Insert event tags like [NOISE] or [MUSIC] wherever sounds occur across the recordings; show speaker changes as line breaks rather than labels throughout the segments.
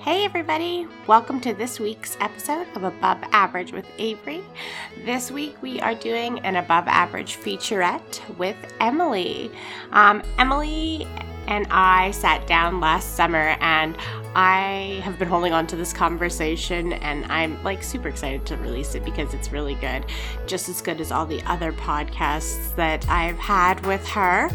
Hey, everybody! Welcome to this week's episode of Above Average with Avery. This week we are doing an Above Average featurette with Emily. Um, Emily and I sat down last summer and I have been holding on to this conversation and I'm like super excited to release it because it's really good. Just as good as all the other podcasts that I've had with her.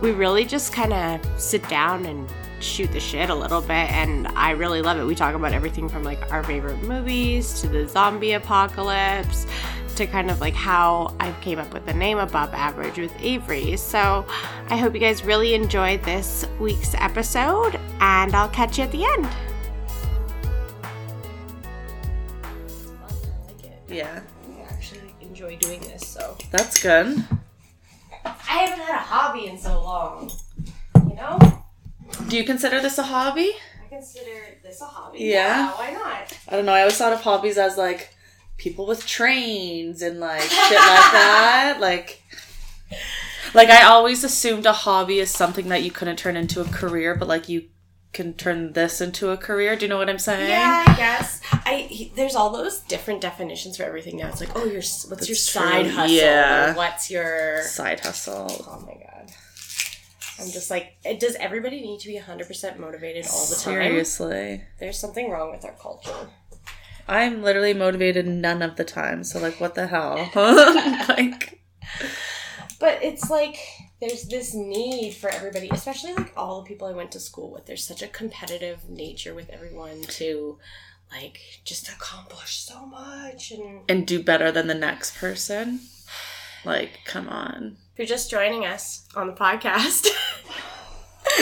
We really just kind of sit down and shoot the shit a little bit and I really love it. We talk about everything from like our favorite movies to the zombie apocalypse to kind of like how I came up with the name above average with Avery. So I hope you guys really enjoyed this week's episode and I'll catch you at the end.
Yeah,
I actually enjoy doing this, so
that's good.
I haven't had a hobby in so long. You know?
Do you consider this a hobby?
I consider this a hobby.
Yeah.
why not?
I don't know. I always thought of hobbies as like people with trains and like shit like
[LAUGHS]
that. Like, like I always assumed a hobby is something that you couldn't turn into a career, but like you can turn this into a career. Do you know what I'm saying?
Yeah, I guess. I he, there's all those different definitions for everything now. It's like, oh, your s- what's your side
true,
hustle?
yeah.
Or what's your
Side hustle.
Oh my god. I'm just like, it- does everybody need to be 100% motivated all the time?
Seriously,
There's something wrong with our culture.
I'm literally motivated none of the time. So like, what
[LAUGHS]
the hell? [LAUGHS] like,
But it's like there's this need for everybody, especially like all the people I went to school with. There's such a competitive nature with everyone to like just accomplish so much and
and do better than the next person. Like, come on.
If you're just joining us on the podcast, [LAUGHS]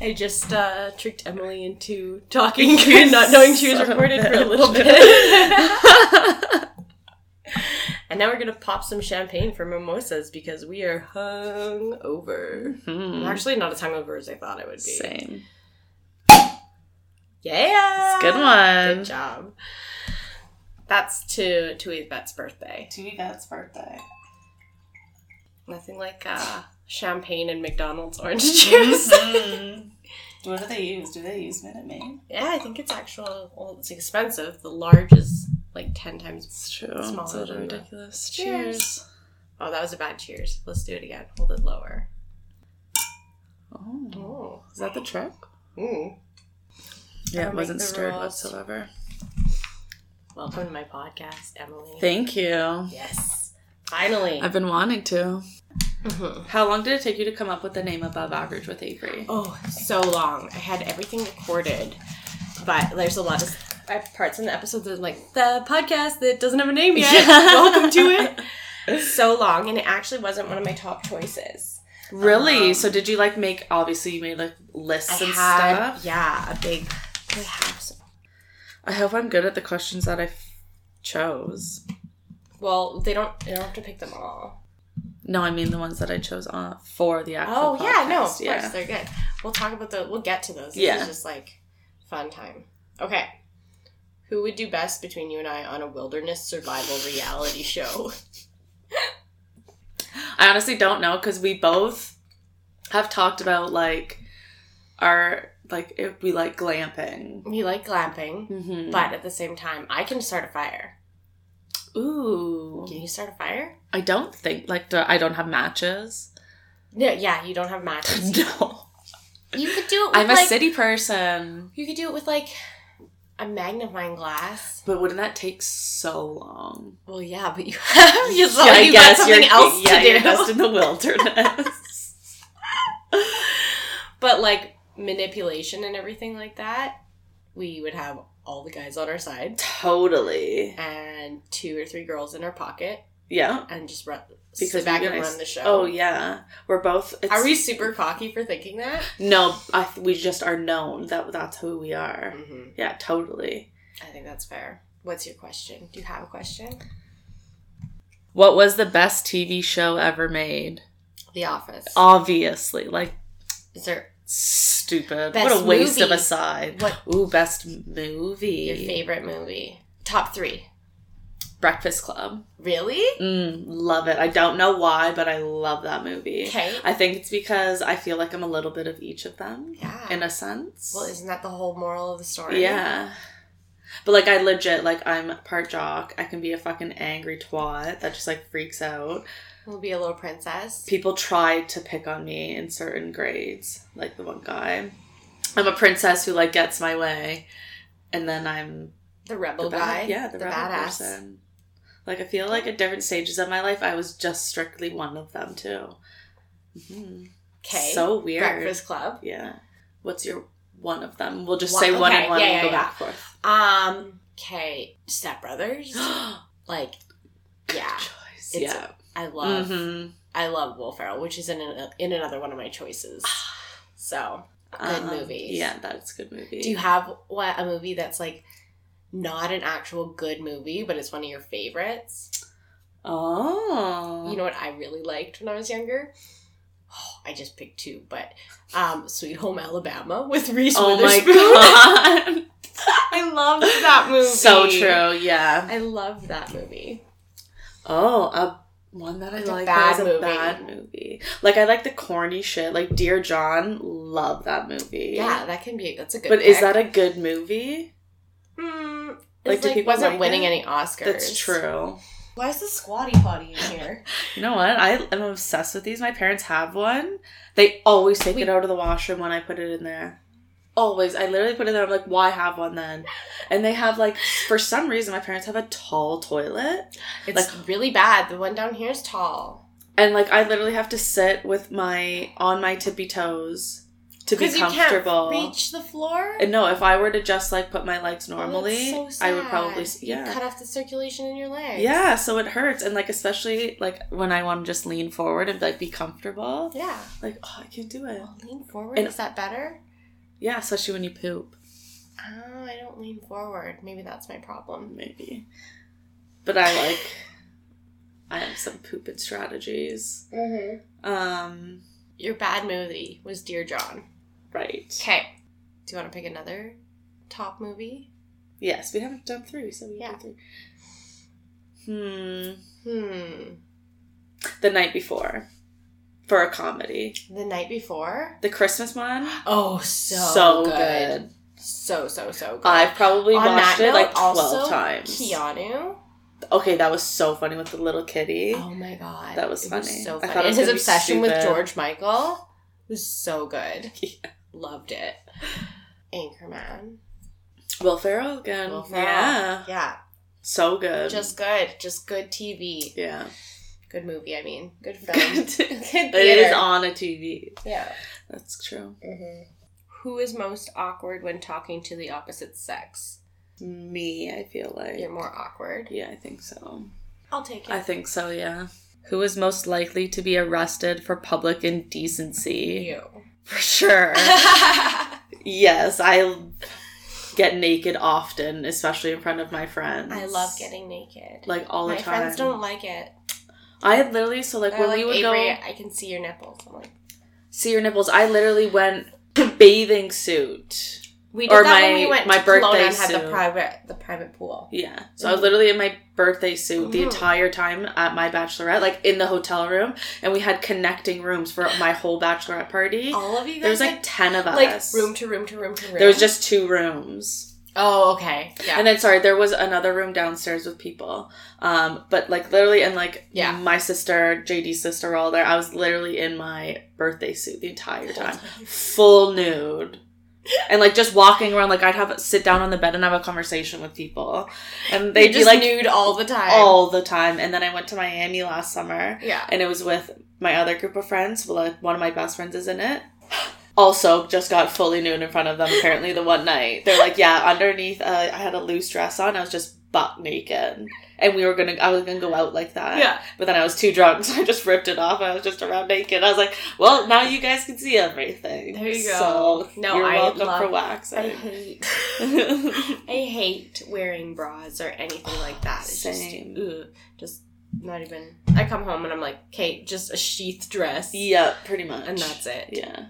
I just uh, tricked Emily into
[LAUGHS]
talking and not knowing she was
son of a
recorded for a little
bitch.
bit. [LAUGHS] and now we're gonna pop some champagne for mimosas because we are hung over.
Hmm.
I'm actually not as hungover as I thought I would be.
Same.
Yeah,
Ah, Good one.
Good job. That's to to Yvette's birthday.
To Yvette's birthday.
Nothing like uh, champagne and McDonald's orange [LAUGHS] juice.
Mm. [LAUGHS] What do they use? Do they use Minute Maid?
Yeah, I think it's actual. Well, it's expensive. The large is like ten times.
It's true.
Smaller
it's a little
than that.
ridiculous.
Cheers.
Cheers.
Oh, that was a bad cheers. Let's do it again. Hold it lower.
Oh.
Oh.
Is that the trick?
Mm. Gotta
Yeah, it
make
wasn't
the
stirred
rules.
whatsoever.
Welcome to my podcast, Emily.
Thank you.
yes. Finally.
I've been wanting to.
Mhm.
How long did it take you to come up with the name above average with Avery?
Oh, so long. I had everything recorded, but there's a lot of I have parts in the episode that are like the podcast that doesn't have a name yet. [LAUGHS]
Yeah.
Welcome to it. [LAUGHS] So long, and it actually wasn't one of my top choices.
Really?
Um,
so did you like make? Obviously, you made like lists
I
and
had,
stuff.
yeah, a big. I have some
I hope I'm good at the questions that I f- chose.
Well, they don't. They don't have to pick them all.
No, I mean the ones that I chose on for the actual.
Oh yeah, no, of
podcast,
course they're good. We'll talk about the. We'll get to those. This
Yeah.
is just like fun time. Okay, who would do best between you and I on a wilderness survival reality show?
I honestly don't know because we both have talked about like our like if we like glamping.
[LAUGHS] We like glamping,
Mm-hmm.
but at the same time, I can start a fire.
ooh,
Can you start a fire?
I don't think like do, I don't have matches. [LAUGHS]
No, yeah, you don't have [LAUGHS] matches.
no,
you could do it. With
I'm a
like,
city person.
You could do it with like a magnifying glass.
But wouldn't that take so long?
Well, yeah, but you have. [LAUGHS] You,
Yeah,
you got something else
yeah,
to do.
you're
[LAUGHS]
just in the wilderness. [LAUGHS]
But like manipulation and everything like that, we would have all the guys on our side [LAUGHS]
totally.
and two or three girls in our pocket
Yeah.
and just run
Because
sit back
we
and
guys-
run the show.
Oh yeah, we're both. It's,
Are we super cocky for thinking that?
No, I, we just are known that that's who we are.
Mm-hmm.
Yeah, totally.
I think that's fair. What's your question? Do you have a question?
What was the best TV show ever made?
The Office.
Obviously, like
Is there
stupid.
Best
what a waste of
movie.
a side.
What-
Ooh, best movie.
your favorite movie? Top three.
Breakfast Club.
Really?
Mm, love it. I don't know why, but I love that movie.
Okay.
I think it's because I feel like I'm a little bit of each of them
Yeah.
in a sense.
well, isn't that the whole moral of the story?
yeah. But like I legit like I'm part jock. I can be a fucking angry twat that just like freaks out.
We'll be a little princess.
People tried to pick on me in certain grades, like the one guy. I'm a princess who like gets my way, and then I'm
The rebel
the
guy.
bad- yeah, the, rebel
badass.
person. Like I feel like at different stages of my life, I was just strictly one of them too. hmm
Okay.
So weird.
Breakfast Club.
Yeah. What's your one of them? We'll just
One-
say one
okay,
and one
yeah,
and
yeah,
go
yeah.
back
[GASPS]
forth.
Um. Okay. Step Brothers. [GASPS] like, yeah.
Choice.
It's-
yeah.
I love.
hmm
I love Will Ferrell, which is in an, in another one of my
[SIGHS]
choices. So good movies.
Um, Yeah, that's a good movie.
Do you have what a movie that's like not an actual good movie, but it's one of your favorites?
oh.
You know what I really liked when I was younger? [SIGHS] Oh, I just picked two, but um, Sweet Home Alabama with Reese
oh
[LAUGHS] Witherspoon.
my god.
I loved that movie.
so true. Yeah.
I loved that movie.
Oh, a one that I
Like
like,
a
that
bad
was a
movie.
bad movie. Like I like the corny shit. Like Dear John, love that movie.
Yeah, that can be. That's a good.
but is
pick.
that a good movie?
Mm,
Like,
it's
do
like,
people
wasn't
like
winning
it?
any Oscars.
That's true.
Why is the squatty potty in here?
You know what? I am obsessed with these. My parents have one. They always take it out of the washroom when I put it in there. Always. I literally put it there. I'm like, why have one then? And they have like for some reason my parents have a tall toilet.
[LAUGHS] It's really bad. The one down here is tall.
And like I literally have to sit with my on my tippy toes to be
Because you can't
comfortable.
reach the floor.
And no, if I were to just like put my legs
Oh, that's
normally,
so
I would
sad.
probably
You
yeah.
cut off the circulation in your legs.
Yeah, so it hurts and like especially like when I want to just lean forward and like be comfortable,
Yeah.
like oh, I can't do it.
Well, lean forward.
And-
is that better?
Yeah, especially when you poop,
Oh, I don't lean forward. Maybe that's my problem.
maybe. But I like I have some pooping strategies.
Mm-hmm.
Um,
Your bad movie was Dear John.
right.
Okay. Do you want to pick another top movie?
Yes, we haven't done three, so we yeah.
Yeah.
did three. Hmm.
Hmm.
The night before, for a comedy,
The night
[GASPS]
before.
the Christmas one,
Oh, [GASPS] so good. So so so good.
I've probably
On
watched
that
it like
note,
twelve
also,
times.
Keanu.
Okay, that was so funny with the little kitty.
Oh my god,
That was
It
funny.
so
I
funny.
thought it was
and his
gonna be
obsession with
stupid.
George Michael was so good.
[LAUGHS] Yeah.
Loved it. Anchorman.
Will Ferrell again.
Will Ferrell.
Um, Yeah,
Yeah,
so good.
just good. Just good TV.
yeah,
Good movie. I mean,
[LAUGHS]
[LAUGHS] good film.
it is
theater.
on a TV.
yeah.
That's true.
Who is most awkward when talking to the opposite sex?
Me, I feel like.
You're more awkward.
yeah, I think so.
I'll take
I think so. Yeah. Who is most likely to be arrested for public indecency?
you.
For sure.
[LAUGHS] I
Yes, I get naked often, especially in front of my friends.
love getting naked.
like all
my
the time.
friends don't like it.
I literally so like
They're
when
like,
we would
Avery,
go
I can see your nipples. I'm like,
see your nipples. I literally went to bathing suit.
We
Or my- my
Kelowna
birthday
and had the
suit.
private the private pool.
Yeah, so
Mm.
I was literally in my birthday suit the
Mhm.
entire time at my bachelorette, like in the hotel room, and we had connecting rooms for my whole bachelorette party.
All of Oh, you
there was
guys
like ten of
like,
us.
room to room to room to room.
there was just two rooms.
oh okay yeah
And then sorry, there was another room downstairs with people. Um, but like literally and like
Yeah.
my sister, JD's sister were all there. I was literally in my birthday suit the entire [LAUGHS] time. Full nude. And like just walking around, like I'd have sit down on the bed and have a conversation with people. And
they
they'd be
just
like
nude all the time.
all the time. And then I went to Miami last summer
yeah.
and it was with my other group of friends. Well, like one of my best friends is in it. Also, just got fully nude in front of them. Apparently, the one night they're like, "Yeah, underneath, uh, I had a loose dress on. I was just butt naked, and we were gonna, I was gonna go out like that.
Yeah.
But then I was too drunk, [LAUGHS] so I just ripped it off. I was just around naked. I was like, "Well, now you guys can see everything.
There you go.
So
No,
you're
I
welcome for
love- I [LAUGHS]
waxing. [LAUGHS]
hate I hate wearing bras or anything like that. It's
Same.
just ugh, just not even. I come home and I'm like, okay, just a sheath dress.
yeah, pretty much.
and that's it.
Yeah.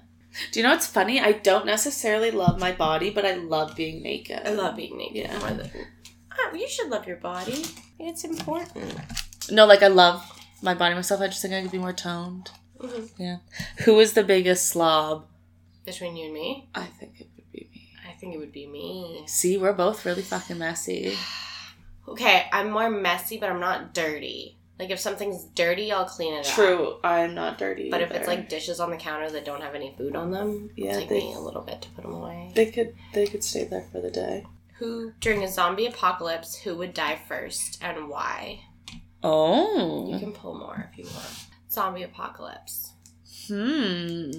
Do you know what's funny? I don't necessarily love my body, but I love being naked.
I love being naked
Yeah.
more than Oh, you should love your body.
It's important.
No, like I love my body myself. I just think I could be more toned.
Mhm.
Yeah. Who is the biggest slob?
Between you and me,
I think it would be me.
I think it would be me.
See, we're both really fucking messy.
Okay, I'm more messy, but I'm not dirty. Like if something's dirty, I'll clean it up.
I'm not dirty.
But if it's like dishes on the counter that don't have any food on them,
Yeah,
it'll take
they-
me a little bit to put them away.
They could they could stay there for the day.
Who during a zombie apocalypse, who would die first and why? You
oh,
can pull more if you want. Zombie apocalypse.
hmm.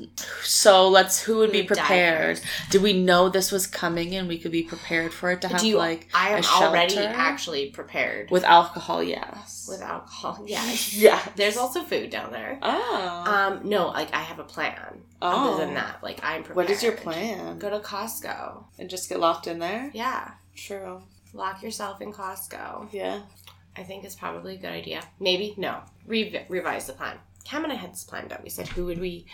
So let's. Who would be
Who would die
prepared? Do we know this was coming and we could be prepared for it to have
Do you
like
I am
a
already
shelter?
actually prepared with,
with alcohol? Yes.
alcohol. [LAUGHS] Yeah.
[LAUGHS] yeah. ah.
There's also food down there.
Oh.
Um, no, like I have a plan.
oh.
Um, Other than that, like I'm prepared.
What is your plan?
Go to Costco.
And just get locked in there?
Yeah.
True.
Lock yourself in Costco.
Yeah.
I think it's probably a good idea. Maybe no. Re- revise the plan. Cam and I had this planned out. We said, who would we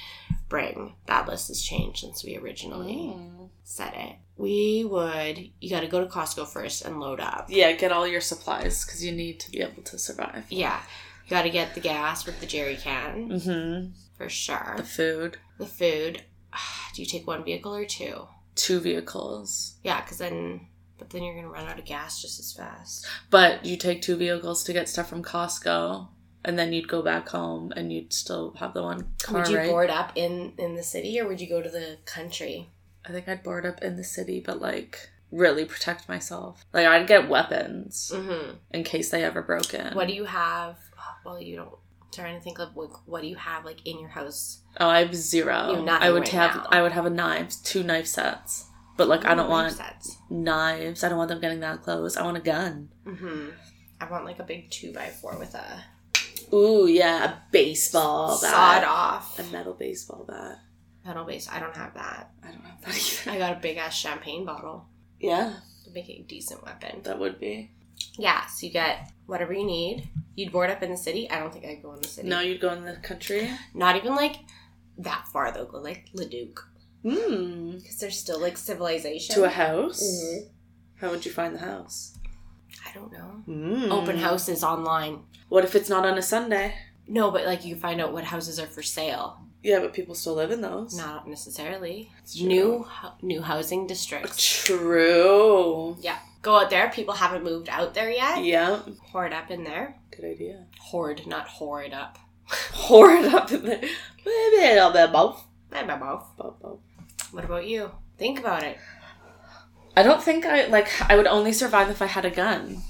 bring? That list has changed since we originally
Mm.
Mm.
said it. We would. You got to go to Costco first and load up.
Yeah, get all your supplies because you need to be able to survive.
Yeah. You got to get the gas with the jerry
Mm.
can
Mm-hmm.
for sure.
The food,
The food. [SIGHS] Do you take one vehicle or two?
two vehicles,
Yeah, because then. But then you're gonna run out of gas just as fast.
but you take two vehicles to get stuff from Costco, and then you'd go back home and you'd still have the one car.
would you
right?
board up in in the city or would you go to the country?
I think I'd board up in the city, but like really protect myself. Like I'd get weapons
Mm-hmm.
in case they ever broke in.
What do you have? [SIGHS] Well, you don't. I'm trying to think of like what do you have like in your house?
Oh, I have zero.
You have nothing
I would
right
have.
now.
I would have a knife, two knife sets. But like I don't want knives. I don't want them getting that close. I want a gun.
Mm-hmm. I want like a big two by four with a
Ooh yeah, a baseball
sawed off
A metal baseball bat.
metal base. I don't have that.
I don't have
[LAUGHS]
that either.
I got a big ass champagne bottle
Yeah,
to make a decent weapon.
that would be.
Yeah, so you get whatever you need. You'd board up in the city. I don't think I'd go in the city.
No, you'd go in the country.
not even like that far though. Go like Leduc
Hmm.
because there's still like civilization.
To a house?
Mhm.
How would you find the house?
I don't know.
Hmm.
Mm.
Open houses online.
What if it's not on a Sunday?
No, but like you can find out what houses are for sale.
Yeah, but people still live in those.
Not necessarily.
It's
New hou- new housing districts.
True.
Yeah. Go out there. People haven't moved out there yet.
Yeah.
Hoard up in there.
Good idea.
Hoard, not hoard up.
Pour it up in there. Maybe a little bit both.
My mouth.
Both, both.
What about you? Think about it.
I don't think I like. I would only survive if I had a gun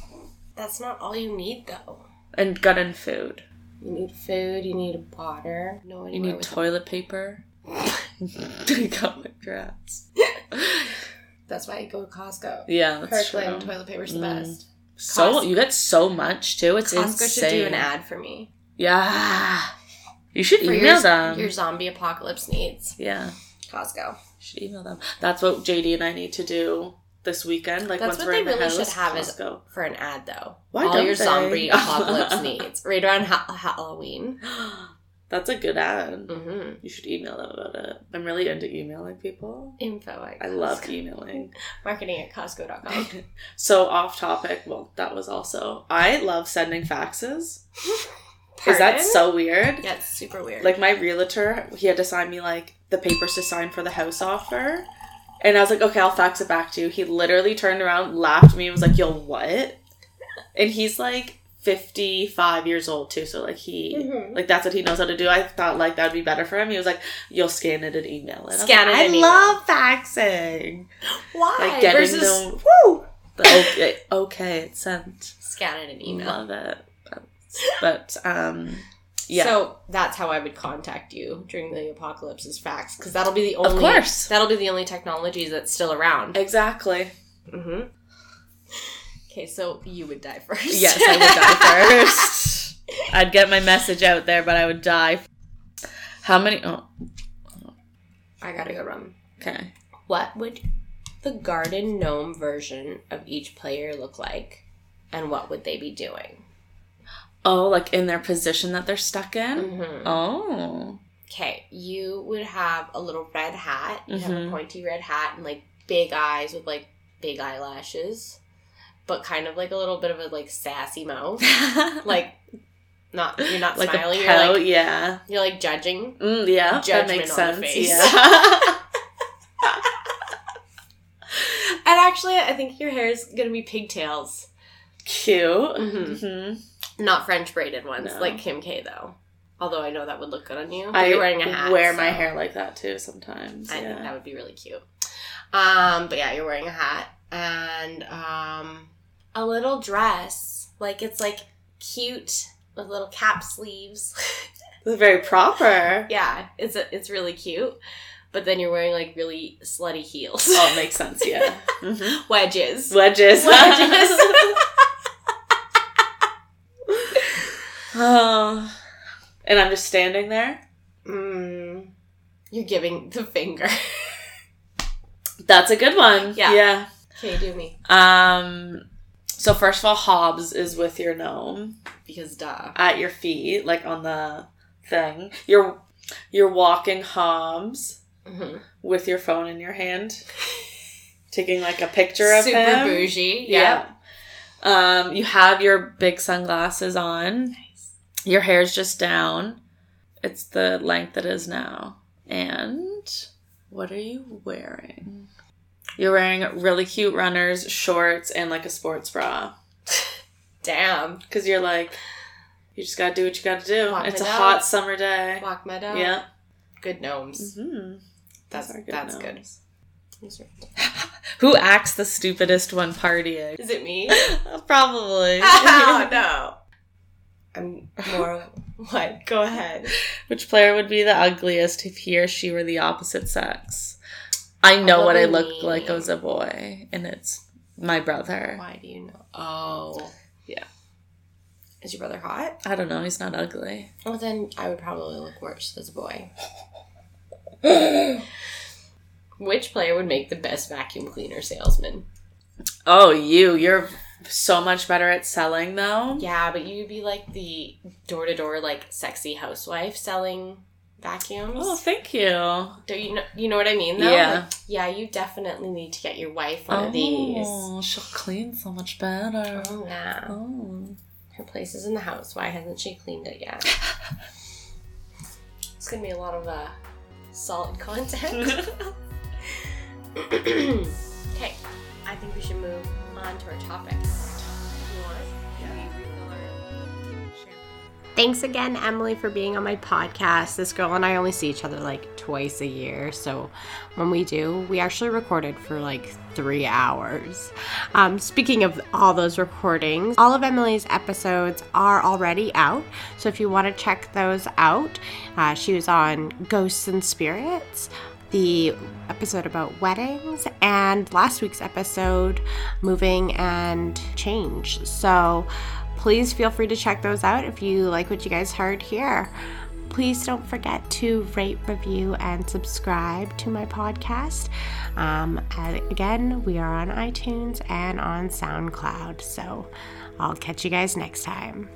That's not all you need though.
and gun and food.
You need food. You need water. No
You
anywhere
need
with
toilet paper. [LAUGHS] I got my drafts.
[LAUGHS] That's why I go to Costco.
Yeah, that's
Kirkland
true.
toilet paper's the
Mm.
best.
So
Costco.
you get so much too. It's
Costco
insane.
should do an ad for me
Yeah, you should
for
email
your,
them.
your zombie apocalypse needs.
Yeah, you
Costco.
should email them. That's what JD and I need to do this weekend. Like
That's
once
what
we're
they
in the
really
house,
should have is-
Costco.
for an ad though.
Why
All
don't
your
they?
[LAUGHS]
zombie apocalypse needs right around ha- Halloween.
That's a good ad.
hmm
You should email them about it. I'm really into emailing people.
Info. At
I love
Costco.
emailing. Um,
marketing at Costco.com.
So off topic. Well, that was also. I love sending faxes. [LAUGHS] Is that
Pardon?
so weird?
Yeah, it's super weird.
Like my realtor, he had to sign me like the papers to sign for the house offer. And I was like, okay, I'll fax it back to you. He literally turned around, laughed at me, and was like, yo, what? And he's like 55 years old too. So like he,
Mhm.
like that's what he knows how to do. I thought like that'd be better for him. He was like, you'll scan it and email it. I was
Scan
like,
it
I
and email.
love faxing.
why?
Like getting
Versus [LAUGHS]
the, the okay, okay, it's sent.
scan it and email.
Love it. But, but um, yeah.
So that's how I would contact you during the apocalypse is fax because that'll be the only.
of course.
That'll be the only technology that's still around. [LAUGHS]
Exactly.
Mm-hmm. Okay, so you would die first.
Yes, I
[LAUGHS]
would die first. I'd get my message out there, but I would die. How many? Oh,
I gotta go run.
okay.
What would the garden gnome version of each player look like? And what would they be doing?
Oh, like in their position that they're stuck in.
Mm-hmm.
Oh,
Okay, you would have a little red hat. You have a
Mhm.
pointy red hat and like big eyes with like big eyelashes. but kind of like a little bit of a like sassy
[LAUGHS]
mouth. [LAUGHS] like not you're not
like
smiling,
a
you're
pout,
like
yeah,
you're like judging.
mm, yeah, that
Judgment
makes
on the
sense.
face.
Yeah, [LAUGHS]
And actually I think your hair is gonna be pigtails.
cute.
Mhm.
hmm
Not French braided ones,
No.
like Kim K though. Although I know that would look good on you. But
I
you're wearing a hat.
wear
so
my hair like that too sometimes.
I
yeah.
think that would be really cute. Um, but yeah, you're wearing a hat and um a little dress. Like it's like cute with little cap sleeves. [LAUGHS]
This is very proper.
yeah, it's a, it's really cute. But then you're wearing like really slutty heels.
Oh, it makes sense. Yeah,
[LAUGHS]
Mhm.
Wedges. Wedges.
wedges. [LAUGHS] oh, and I'm just standing there.
Mm, you're giving the finger. [LAUGHS]
That's a good one.
Yeah.
Yeah.
Okay, do me.
Um. So first of all, Hobbs is with your gnome.
Because duh.
at your feet, like on the thing. You're you're walking Hobbs
hmm
with your phone in your hand, taking like a picture of
Super
him.
bougie. Yeah.
Yeah. Um, you have your big sunglasses on.
Nice.
Your hair's just down. It's the length it is now. And what are you wearing? You're wearing really cute runners, shorts, and like a sports bra.
Damn.
Because you're like, you just gotta do what you gotta do.
Hot
it's a
it
hot
out.
summer day.
Walk Meadow.
Yeah.
Good gnomes.
Mm-hmm.
That's
Those are good
that's
gnomes.
good. These are-
Who acts the stupidest when partying?
Is it me?
[LAUGHS]
[LAUGHS] Oh,
Probably.
no. I'm [LAUGHS] more what? Go ahead.
[LAUGHS] Which player would be the ugliest if he or she were the opposite sex? I know what I
Probably
look
me.
like as a boy, and it's my brother.
Why do you know? Oh.
Yeah.
Is your brother hot?
I don't know. He's not ugly.
Well, then I would probably look worse as a boy. [LAUGHS] Which player would make the best vacuum cleaner salesman?
Oh, you. You're so much better at selling, though.
Yeah, but you'd be like the door to door, like sexy housewife selling vacuums.
Oh, thank you.
Do you know? You know what I mean? Though?
Yeah.
Like, yeah, you definitely need to get your wife one of these.
Oh, she'll clean so much better.
Oh, yeah.
Oh.
Her place is in the house. Why hasn't she cleaned it
[LAUGHS]
yet? it's gonna be a lot of uh, solid content.
[LAUGHS]
[CLEARS THROAT] okay, I think we should move on to our topics. You want?
Oh.
Thanks again, Emily, for being on my podcast. This girl and I only see each other like twice a year. So when we do, we actually recorded for like three hours. Um, speaking of all those recordings, all of Emily's episodes are already out. So if you want to check those out, uh, she was on Ghosts and Spirits. The episode about weddings and last week's episode, moving and change. So, please feel free to check those out if you like what you guys heard here. Please don't forget to rate, review, and subscribe to my podcast. Um, and again, we are on iTunes and on SoundCloud. So I'll catch you guys next time.